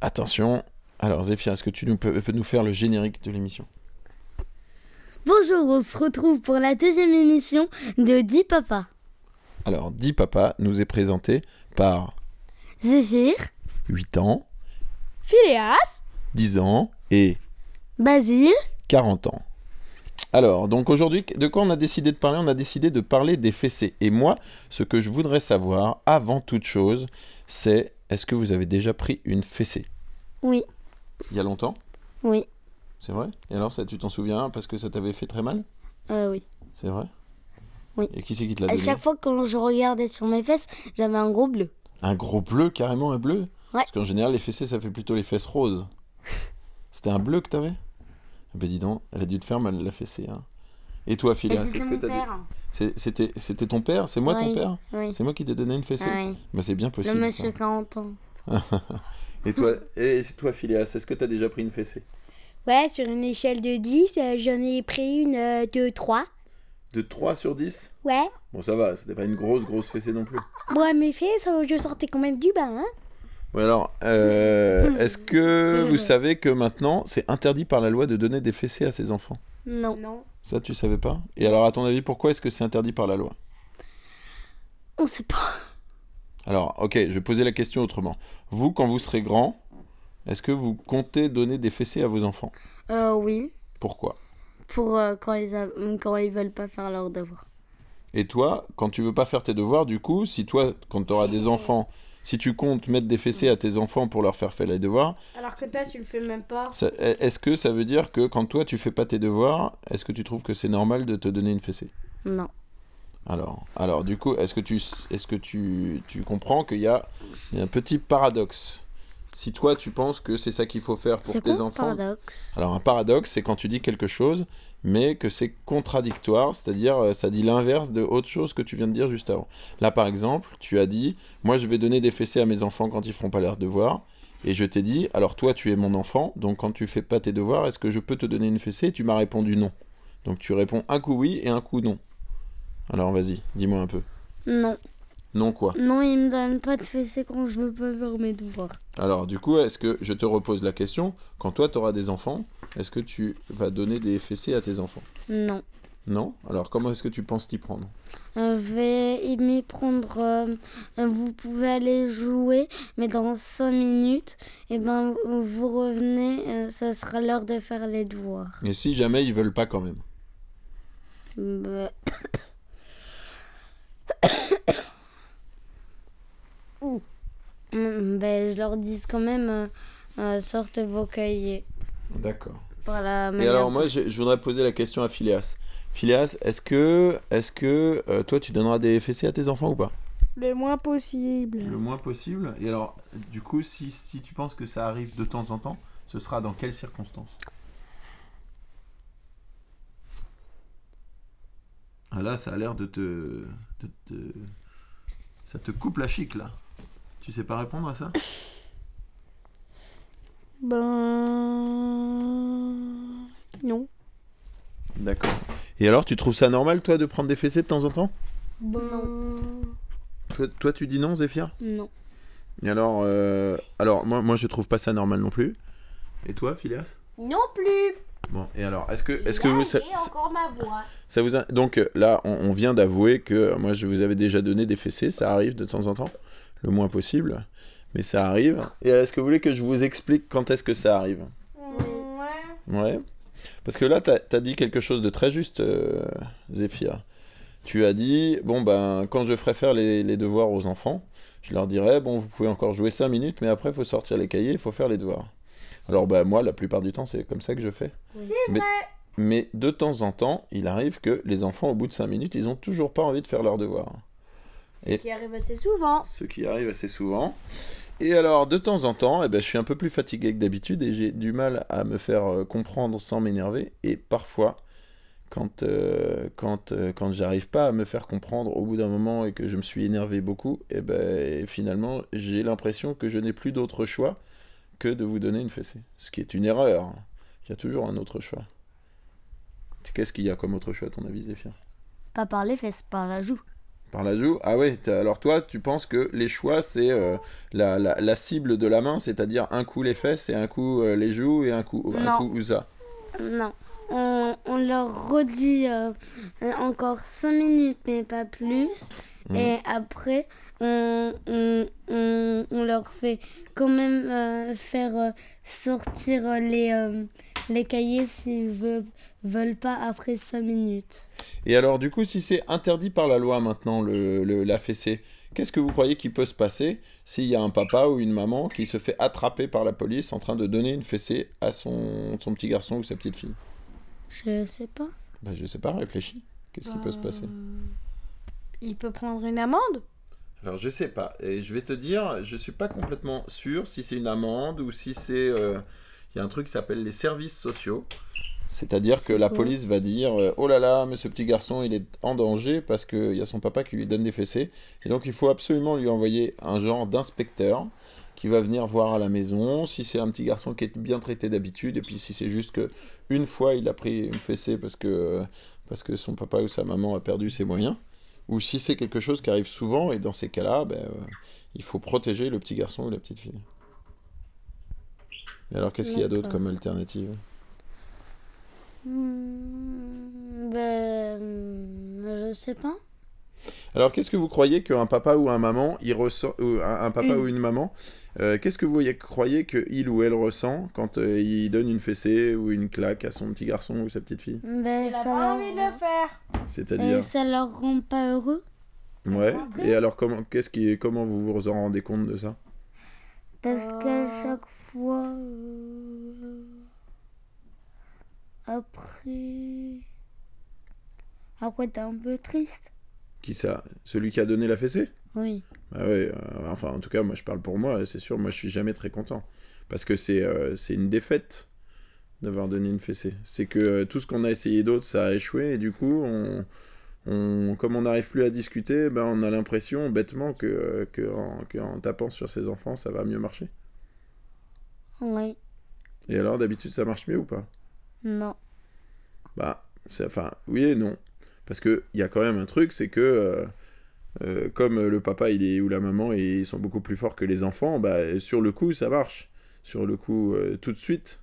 Attention. Alors, Zéphir, est-ce que tu nous peux, peux nous faire le générique de l'émission Bonjour, on se retrouve pour la deuxième émission de Dis Papa. Alors, Dis Papa nous est présenté par Zéphyr, 8 ans, Phileas 10 ans et Basile, 40 ans. Alors, donc aujourd'hui, de quoi on a décidé de parler On a décidé de parler des fessées. Et moi, ce que je voudrais savoir, avant toute chose, c'est est-ce que vous avez déjà pris une fessée oui, Il y a longtemps oui, C'est vrai Et alors, ça, tu t'en souviens parce que ça t'avait fait très mal euh, oui. C'est vrai Oui. Et qui c'est qui te l'a À donné chaque fois quand je regardais sur mes fesses, j'avais un gros bleu. Un gros bleu, carrément un bleu Parce qu'en général, les fessées, ça fait plutôt les fesses roses. C'était un bleu que t'avais Ah Ben dis donc, elle a dû te faire mal la fessée. hein. Et toi, Phileas, c'était est-ce que mon t'as Ah père. C'est- C'était c'était ton père C'est moi ton Oui. père Oui. C'est moi qui t'ai donné une fessée Ah oui. Bah, C'est bien Le possible. monsieur 40 ans. ça. et toi, et toi Phileas, est-ce que t'as déjà pris une fessée Ouais, sur une échelle de 10, euh, j'en ai pris une euh, de 3. De 3 sur 10 Ouais. Bon, ça va, c'était pas une grosse, grosse fessée non plus. Moi, mes fesses, euh, je sortais quand même du bain. Hein Bon, alors, euh, est-ce que vous savez que maintenant, c'est interdit par la loi de donner des fessées à ses enfants Non. Ça, tu savais pas Et alors, à ton avis, pourquoi est-ce que c'est interdit par la loi On sait pas. Alors, ok, je vais poser la question autrement. Vous, quand vous serez grand, est-ce que vous comptez donner des fessées à vos enfants Euh, oui. Pourquoi Pour euh, quand, ils a- quand ils veulent pas faire leur devoir. Et toi, quand tu veux pas faire tes devoirs, du coup, si toi, quand tu auras des enfants, si tu comptes mettre des fessées à tes enfants pour leur faire faire les devoirs, Alors que toi, tu le fais même pas. ça- est-ce que ça veut dire que quand toi, tu fais pas tes devoirs, est-ce que tu trouves que c'est normal de te donner une fessée Non. alors, alors, du coup, est-ce que tu, est-ce que tu, tu comprends qu'il y a, il y a un petit paradoxe Si toi, tu penses que c'est ça qu'il faut faire pour C'est tes quoi le enfants, paradoxe Alors un paradoxe, c'est quand tu dis quelque chose, mais que c'est contradictoire, c'est-à-dire euh, ça dit l'inverse de autre chose que tu viens de dire juste avant. Là par exemple, tu as dit, moi je vais donner des fessées à mes enfants quand ils feront pas leurs devoirs, et je t'ai dit, alors toi tu es mon enfant, donc quand tu fais pas tes devoirs, est-ce que je peux te donner une fessée Et Tu m'as répondu non. Donc tu réponds un coup oui et un coup non. Alors vas-y, dis-moi un peu. Non. Non quoi Non, il me donne pas de fessées quand je veux pas faire mes devoirs. Alors du coup, est-ce que je te repose la question, quand toi tu auras des enfants, est-ce que tu vas donner des fessées à tes enfants Non. Non Alors comment est-ce que tu penses t'y prendre Euh, Je vais m'y prendre. euh, euh, vous pouvez aller jouer, mais dans 5 minutes, et ben vous- vous revenez, euh, ça sera l'heure de faire les devoirs. Et si jamais ils veulent pas quand même Bah, Ouh. Mm, ben, je leur dis quand même, euh, euh, sortez vos cahiers. D'accord. Par la Et manière alors moi dont- je, je voudrais poser la question à Phileas. Phileas, est-ce que, est que euh, toi tu donneras des fessées à tes enfants ou pas Le moins possible. moins possible. Et alors du coup si, si tu penses que ça arrive de temps en temps, ce sera dans quelles circonstances Ah là ça a l'air de te, de te... Ça te coupe la chic là. Tu sais pas répondre à ça Ben. Non. D'accord. Et alors, tu trouves ça normal, toi, de prendre des fessées de temps en temps Ben. toi, toi, tu dis non, Zéphir Non. Et alors, euh, alors moi, moi, je trouve pas ça normal non plus. Et toi, Phileas Non plus Bon, et alors, est-ce que, est-ce que Là, vous, ça, j'ai encore ma voix. ça vous, a- donc euh, là, on, on vient d'avouer que euh, moi, je vous avais déjà donné des fessées, ça arrive de temps en temps, le moins possible, mais ça arrive. Et alors, est-ce que vous voulez que je vous explique quand est-ce que ça arrive Mm, Ouais. Ouais. Parce que là, t'as as dit quelque chose de très juste, euh, Zéphir. Tu as dit, bon, ben, quand je ferai faire les, les devoirs aux enfants, je leur dirai, bon, vous pouvez encore jouer 5 minutes, mais après, il faut sortir les cahiers, il faut faire les devoirs. Alors, ben, moi, la plupart du temps, c'est comme ça que je fais. Oui. mais, mais de temps en temps, il arrive que les enfants, au bout de 5 minutes, ils ont toujours pas envie de faire leurs devoirs. Ce Et- qui arrive assez souvent. Ce qui arrive assez souvent. Et alors, de temps en temps, eh ben, je suis un peu plus fatigué que d'habitude et j'ai du mal à me faire euh, comprendre sans m'énerver. Et parfois, quand, euh, quand, euh, quand j'arrive pas à me faire comprendre au bout d'un moment et que je me suis énervé beaucoup, eh ben, finalement, j'ai l'impression que je n'ai plus d'autre choix que de vous donner une fessée. Ce qui est une erreur. Il y a toujours un autre choix. Qu'est-ce qu'il y a comme autre choix, à ton avis, Zéphir Pas par les fesses, par la joue. Par la joue Ah ouais, t'as- alors toi, tu penses que les choix, c'est euh, la, la- la cible de la main, c'est-à-dire un coup les fesses et un coup euh, les joues et un coup, un Non. coup ça. Non. On, on leur redit euh, encore 5 minutes, mais pas plus. Mhm. Et après, on, on, on- on leur fait quand même euh, faire euh, sortir euh, les, euh, les cahiers s'ils veulent, veulent pas après 5 minutes. Et alors, du coup, si c'est interdit par la loi maintenant, le, le- la fessée, qu'est-ce que vous croyez qu'il peut se passer s'il y a un papa ou une maman qui se fait attraper par la police en train de donner une fessée à son, son petit garçon ou sa petite fille Je sais pas. Bah, je sais pas, réfléchis. Qu'est-ce qui peut Euh, se passer Il peut prendre une amende Alors, je sais pas. Et je vais te dire, je suis pas complètement sûr si c'est une amende ou si c'est. euh, Il y a un truc qui s'appelle les services sociaux. C'est-à-dire que C'est la quoi police va dire euh, Oh là là, mais ce petit garçon, il est en danger parce qu'il y a son papa qui lui donne des fessées. Et donc, il faut absolument lui envoyer un genre d'inspecteur qui va venir voir à la maison si c'est un petit garçon qui est bien traité d'habitude et puis si c'est juste que une fois il a pris une fessée parce que, euh, parce que son papa ou sa maman a perdu ses moyens ou si c'est quelque chose qui arrive souvent, et dans ces cas-là, ben, euh, il faut protéger le petit garçon ou la petite fille. Et alors, qu'est-ce qu'il y a d'autre D'accord. comme alternative Hmm, ben, hmm, je sais pas. Alors, qu'est-ce que vous croyez qu'un papa ou un maman, il ressent, ou un, un papa Une. ou une maman, euh, qu'est-ce que vous y- croyez qu'il ou elle ressent quand euh, il donne une fessée ou une claque à son petit garçon ou sa petite fille Ben, Il a ça pas leur... envie de le faire. C'est-à-dire, Et ça leur rend pas heureux ouais. Eh, rend triste. Et alors, comment, qu'est-ce qui, comment vous vous en rendez compte de ça Parce Euh. qu'à chaque fois. euh, Après. Après, t'es un peu triste. Qui ça Celui qui a donné la fessée Oui. Ah ouais, euh, enfin en tout cas moi je parle pour moi, c'est sûr, moi je suis jamais très content. Parce que c'est euh, c'est une défaite d'avoir donné une fessée. C'est que euh, tout ce qu'on a essayé d'autre, ça a échoué et du coup, on, on- comme on n'arrive plus à discuter, ben, on a l'impression bêtement que, euh, que, en, que en tapant sur ses enfants, ça va mieux marcher. Oui. Et alors d'habitude ça marche mieux ou pas Non. Bah, c'est, enfin, oui et non. Parce qu'il y a quand même un truc, c'est que euh, euh, comme le papa il est, ou la maman ils sont beaucoup plus forts que les enfants, bah, sur le coup ça marche. Sur le coup, euh, tout de suite,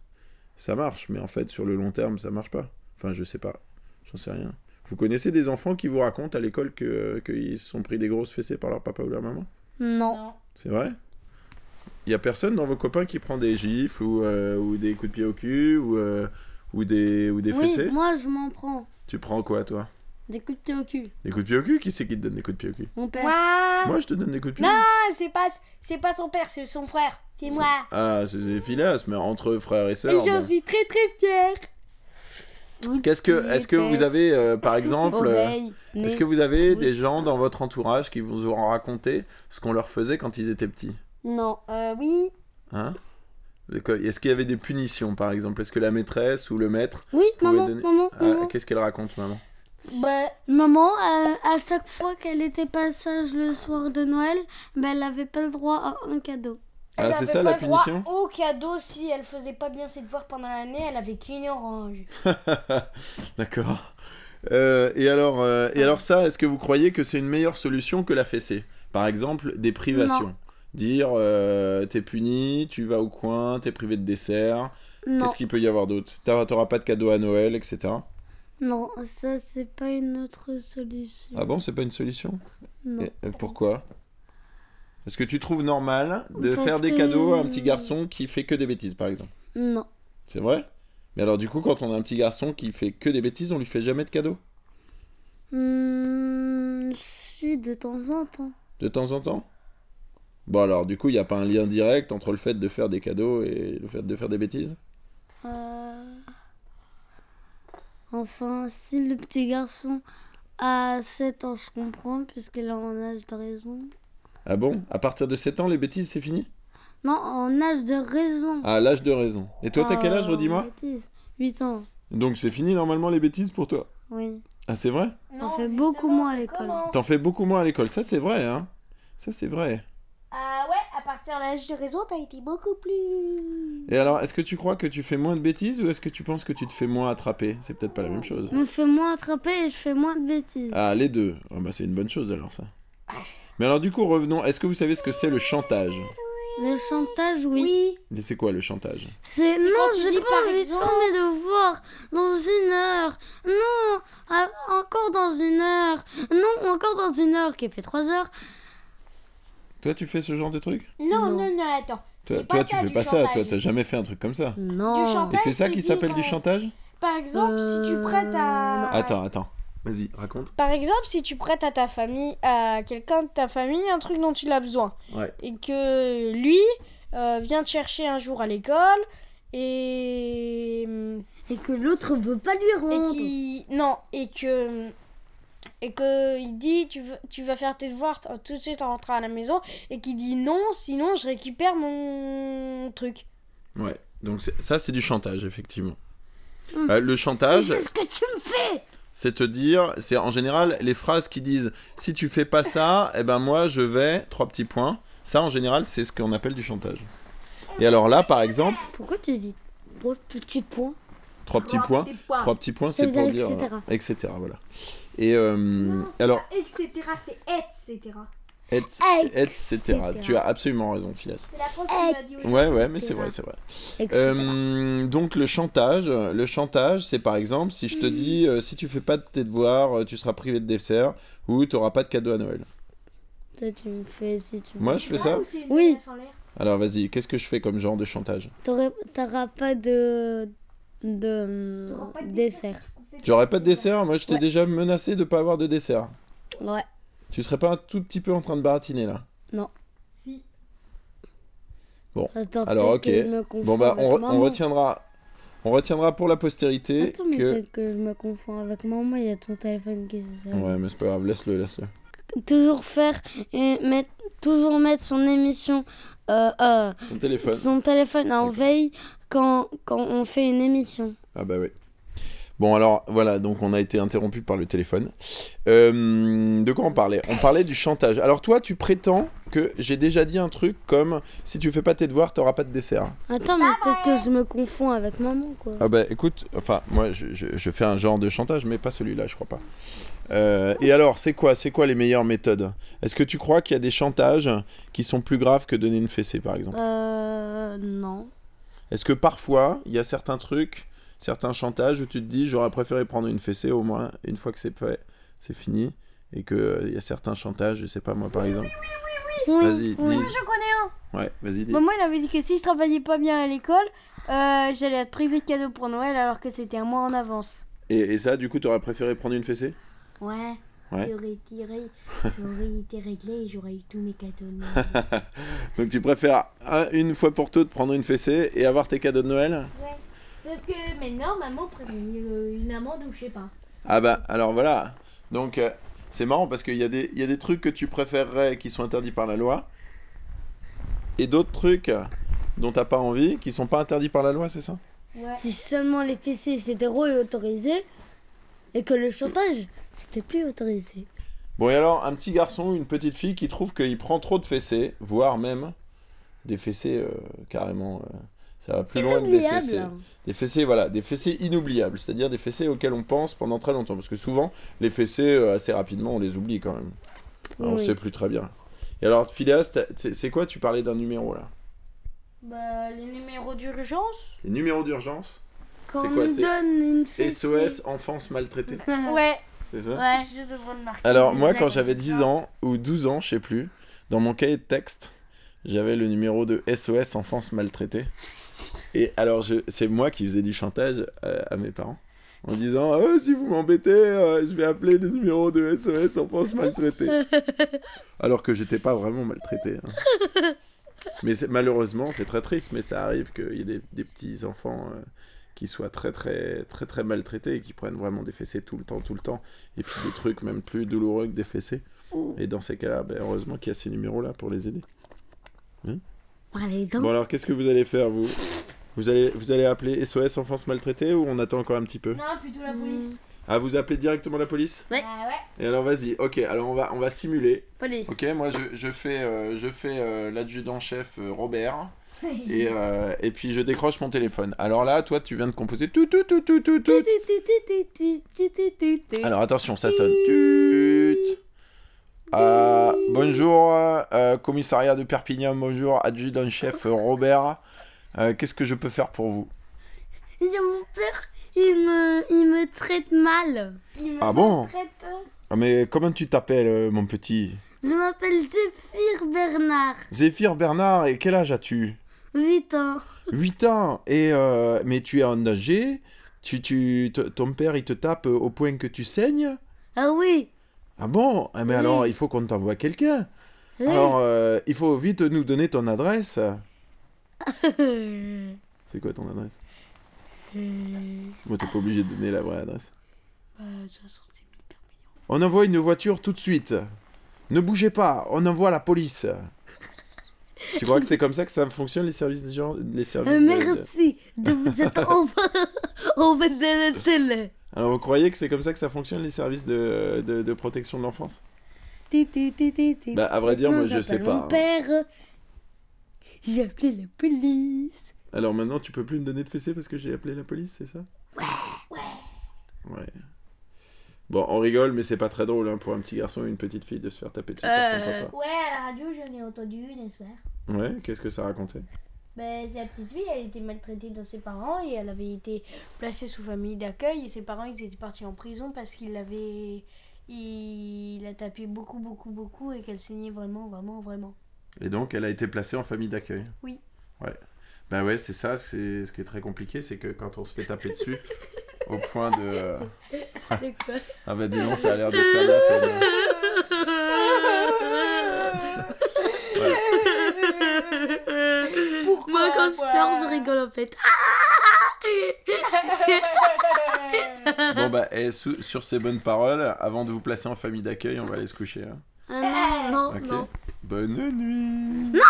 ça marche. Mais en fait, sur le long terme, ça marche pas. Enfin, je sais pas. J'en sais rien. Vous connaissez des enfants qui vous racontent à l'école que, euh, qu'ils se sont pris des grosses fessées par leur papa ou leur maman Non. Non. C'est vrai Il y a personne dans vos copains qui prend des gifles ou, euh, ou des coups de pied au cul ou, euh, ou des, ou des fessées oui, moi, je m'en prends. Tu prends quoi toi Des coups de pied au cul. des coups de pied au cul Qui c'est qui te donne des coups de pied au cul Mon père. Moi, Moi, je te donne des coups de pied. Ah. Non c'est pas, c'est pas son père, c'est son frère. C'est moi. Ah, c'est des filasses, mais entre frères et Et sœurs. j'en bon. suis très très fière. Qu'est-ce que, est-ce que vous avez, euh, par exemple, euh, Oreille, est-ce nez. que vous avez des bouche. gens dans votre entourage qui vous auront raconté ce qu'on leur faisait quand ils étaient petits Non. Euh, oui. Hein De quoi- Est-ce qu'il y avait des punitions, par exemple Est-ce que la maîtresse ou le maître Oui, Vous pouvez maman, donner- maman, Ah, Mm. maman. Qu'est-ce qu'elle raconte, maman Ben, Bah, maman, à, à chaque fois qu'elle était pas sage le soir de Noël, bah, elle avait pas le droit à un cadeau. Ah, Elle c'est avait ça la pas le droit punition Au cadeau, si elle faisait pas bien ses devoirs pendant l'année, elle avait qu'une orange. D'accord. Euh, et alors, euh, et alors ça, est-ce que vous croyez que c'est une meilleure solution que la fessée Par exemple, des privations. Dire, euh, t'es puni, tu vas au coin, t'es privé de dessert. Non. Qu'est-ce qu'il peut y avoir d'autre T'auras t'auras pas de cadeau à Noël, etc. Non, ça c'est pas une autre solution. Ah bon, c'est pas une solution Non. Et- et Pourquoi Est-ce que tu trouves normal de Parce faire des que- cadeaux à un petit garçon qui fait que des bêtises, par exemple Non. C'est vrai Mais alors du coup, quand on a un petit garçon qui fait que des bêtises, on lui fait jamais de cadeaux Hmm, si, de temps en temps. De temps en temps Bon alors, du coup, il n'y a pas un lien direct entre le fait de faire des cadeaux et le fait de faire des bêtises Euh, Enfin, si le petit garçon a 7 ans, je comprends, puisqu'il est en âge de raison. Ah bon À partir de 7 ans, les bêtises, c'est fini Non, en âge de raison. À l'âge de raison. Et toi, t'as quel âge, Euh, redis-moi 8 ans, Donc c'est fini normalement les bêtises pour toi oui. Ah c'est vrai Non, fait justement, beaucoup moins à ça l'école. commence. T'en fais beaucoup moins à l'école, ça c'est vrai, hein Ça c'est vrai. Ah ouais, à partir de l'âge de réseau, t'as été beaucoup plus. Et alors, est-ce que tu crois que tu fais moins de bêtises ou est-ce que tu penses que tu te fais moins attraper C'est peut-être pas la même chose. Je me fais moins attraper et je fais moins de bêtises. Ah, les deux. Ah bah, c'est une bonne chose alors ça. Mais alors du coup, revenons. Est-ce que vous savez ce que c'est le chantage Le chantage, oui. Et C'est quoi le chantage C'est C'est non, quand tu j'ai dis, pas par envie exemple- de faire mes devoirs dans une heure. Non, à- encore dans une heure. Non, encore dans une heure qui fait trois heures. Toi, tu fais ce genre de truc Non, Non. non, non, attends. Toi, C'est toi, pas tu ça, fais du pas ça. Toi, chantage. t'as jamais fait un truc comme ça. Non. Du chantage. Et Ouais, c'est ça c'est qui dit s'appelle du quand- chantage Par exemple, si Euh, tu prêtes à. Attends, attends. Vas-y, raconte. Par exemple, si tu prêtes à ta famille, à quelqu'un de ta famille, un truc dont il a besoin. Ouais. Et que lui euh, vient te chercher un jour à l'école et. hum, Et que l'autre veut pas lui Et rendre. qui. Non, et que. Et que il dit tu, veux- tu vas faire tes devoirs t- tout de suite en rentrant à la maison et qui dit non sinon je récupère mon truc. Ouais. Donc c'est- ça, c'est du chantage, effectivement. Mm. Euh, le chantage, C'est ce que tu me fais. c'est te dire, c'est en général les phrases qui disent si tu fais pas ça, eh ben moi je vais trois petits points. Ça en général, c'est ce qu'on appelle du chantage. Et alors là, par exemple, Pourquoi tu dis trois petits points trois petits points, trois petits points, Ça c'est veut pour dire dire etc. euh, etc. Voilà. Et euh, alors Etc. C'est etc. et- etc. etc.. Tu as absolument raison, Phileas. C'est la prof qui m'a dit Ouais, ouais, mais c'est Etc. vrai, c'est vrai. etc. Euh, donc le chantage, le chantage, c'est par exemple si je te dis euh, si tu fais pas de tes devoirs, euh, tu seras privé de dessert ou tu auras pas de cadeau à Noël. Toi, tu me fais si tu veux. Moi je fais ça. Oui. Alors vas-y, qu'est-ce que je fais comme genre de chantage T'aurais- T'auras pas de. de. dessert. J'aurais pas de dessert, moi je t'ai Ouais. déjà menacé de pas avoir de dessert. Ouais. Tu serais pas un tout petit peu en train de baratiner là Attends, Alors, peut-être ok. que je me confonds Bon bah avec on, re- on maman. retiendra on retiendra pour la postérité Attends, mais que peut-être que je me confonds avec maman, il y a ton téléphone qui s'est Ouais, mais c'est pas grave, laisse-le, laisse-le. Toujours faire et mettre, toujours mettre son émission, euh, euh, Son téléphone. son téléphone en D'accord. veille quand, quand on fait une émission. Ah bah oui. Bon alors voilà, donc on a été interrompu par le téléphone. Euh, de quoi on parlait On parlait du chantage. Alors toi, tu prétends que j'ai déjà dit un truc comme si tu fais pas tes devoirs, t'auras pas de dessert. Attends, mais peut-être que je me confonds avec maman, quoi. Ah bah écoute, enfin moi je, je- je fais un genre de chantage, mais pas celui-là, je crois pas. Euh, et alors, c'est quoi C'est quoi les meilleures méthodes Est-ce que tu crois qu'il y a des chantages qui sont plus graves que donner une fessée, par exemple Euh, non. Est-ce que parfois, il y a certains trucs, certains chantages où tu te dis j'aurais préféré prendre une fessée au moins une fois que c'est fait, c'est fini et que euh, il y a certains chantages, je sais pas moi par exemple. Vas-y, dis. Je connais un. Ouais, vas-y dis. Maman, il avait dit que si je travaillais pas bien à l'école, euh, j'allais être privé de cadeaux pour Noël alors que c'était un mois en avance. Et, et ça du coup, t'aurais préféré prendre une fessée Ouais. Ouais. J'aurais été, ré- ça aurait été réglé et j'aurais eu tous mes cadeaux. de Noël. Donc tu préfères un- une fois pour toutes prendre une fessée et avoir tes cadeaux de Noël Sauf que maintenant, maman prévenait euh, une amende ou je sais pas. Ah bah alors voilà. Donc euh, c'est marrant parce qu'il y, a des- il y a des trucs que tu préférerais qui sont interdits par la loi et d'autres trucs dont t'as pas envie qui sont pas interdits par la loi, c'est ça Si seulement les PC c'était est autorisé et que le chantage c'était plus autorisé. Bon, et alors, un petit garçon ou une petite fille qui trouve qu'il prend trop de fessées, voire même des fessées euh, carrément. euh, ça va plus loin même des fessées. Inoubliable. Des fessées, voilà, des fessées inoubliables, c'est-à-dire des fessées auxquelles on pense pendant très longtemps. Parce que souvent, les fessées, euh, assez rapidement, on les oublie quand même. Alors, On Oui. sait plus très bien. Et alors, Phileas, t'as- c'est c'est quoi Tu parlais d'un numéro là Bah, les numéros d'urgence Les numéros d'urgence Quand C'est on quoi, me c'est donne une fessée. SOS Enfance Maltraitée. Ouais, C'est ça ouais, je devrais le marquer. Alors, moi, quand j'avais 10 ans ou 12 ans, je sais plus, dans mon cahier de texte, j'avais le numéro de SOS Enfance Maltraitée. Et alors, je- c'est moi qui faisais du chantage euh, à mes parents en disant Ah, Si vous m'embêtez, euh, je vais appeler le numéro de SOS Enfance Maltraitée. alors que j'étais pas vraiment maltraité. hein. Mais c'est- malheureusement, c'est très triste, mais ça arrive qu'il y ait des, des petits enfants. euh, qui soient très très très très maltraités et qui prennent vraiment des fessées tout le temps tout le temps et puis des trucs même plus douloureux que des fessées. Et dans ces cas-là, ben, heureusement qu'il y a ces numéros-là pour les aider. Par les dents. Bon alors, qu'est-ce que vous allez faire, vous vous allez, vous allez appeler SOS Enfance Maltraitée ou on attend encore un petit peu Non, plutôt la police. Ah, vous appelez directement la police Ouais. Bah ouais. Et alors, vas-y, ok, alors on va, on va simuler. Police. Ok, moi je, je fais, euh, je fais euh, l'adjudant-chef euh, Robert. Et, euh, et puis je décroche mon téléphone. Alors là, toi, tu viens de composer tout, tout, tout, tout, tout, tout. Alors attention, ça sonne. Tut. Ah, bonjour, euh, commissariat de Perpignan, bonjour, adjudant-chef Robert. Euh, Qu'est-ce que je peux faire pour vous Il y a mon père, il me, il me traite mal. Ah bon Ah, Mais comment tu t'appelles, euh, mon petit Je m'appelle Zéphyr Bernard, Zéphyr Bernard, et quel âge as-tu 8 ans. 8 ans et euh, mais tu es en danger tu, tu t- ton père il te tape euh, au point que tu saignes Ah oui, ah bon Ah, mais Oui. alors il faut qu'on t'envoie quelqu'un oui. alors euh, il faut vite nous donner ton adresse Euh, c'est quoi ton adresse Euh, bon t'es pas obligé de donner la vraie adresse on envoie une voiture tout de suite ne bougez pas on envoie la police tu crois que c'est comme ça que ça fonctionne les services des gens les services Euh, de- de- merci de vous être au- au fait de la télé. Alors vous croyez que c'est comme ça que ça fonctionne les services de, de, de protection de l'enfance Ti, ti, ti, ti, ti. Bah à vrai dire Maintenant, moi je sais j'appelle pas. Mon hein. père, j'ai appelé la police. Alors maintenant tu peux plus me donner de fessée parce que j'ai appelé la police, c'est ça Ouais. Ouais. Bon on rigole mais c'est pas très drôle hein, pour un petit garçon et une petite fille de se faire taper dessus par son Euh. papa. Ouais, à la radio, j'en ai entendu une un soir. Ouais, qu'est-ce que ça racontait Ben, la petite fille, elle était maltraitée de ses parents et elle avait été placée sous famille d'accueil. Et ses parents, ils étaient partis en prison parce qu'il l'avait. Il a tapé beaucoup, beaucoup, beaucoup et qu'elle saignait vraiment, vraiment, vraiment. Et donc elle a été placée en famille d'accueil. Oui. Ouais. Bah ouais c'est ça, c'est ce qui est très compliqué c'est que quand on se fait taper dessus au point de... Ah bah dis donc ça a l'air de faire la peine. Moi, quand je pleure, je rigole en fait. Bon bah, eh, sou- sur ces bonnes paroles, avant de vous placer en famille d'accueil, on va aller se coucher. hein. Ah Oh, non, non, Ok. non. Bonne nuit.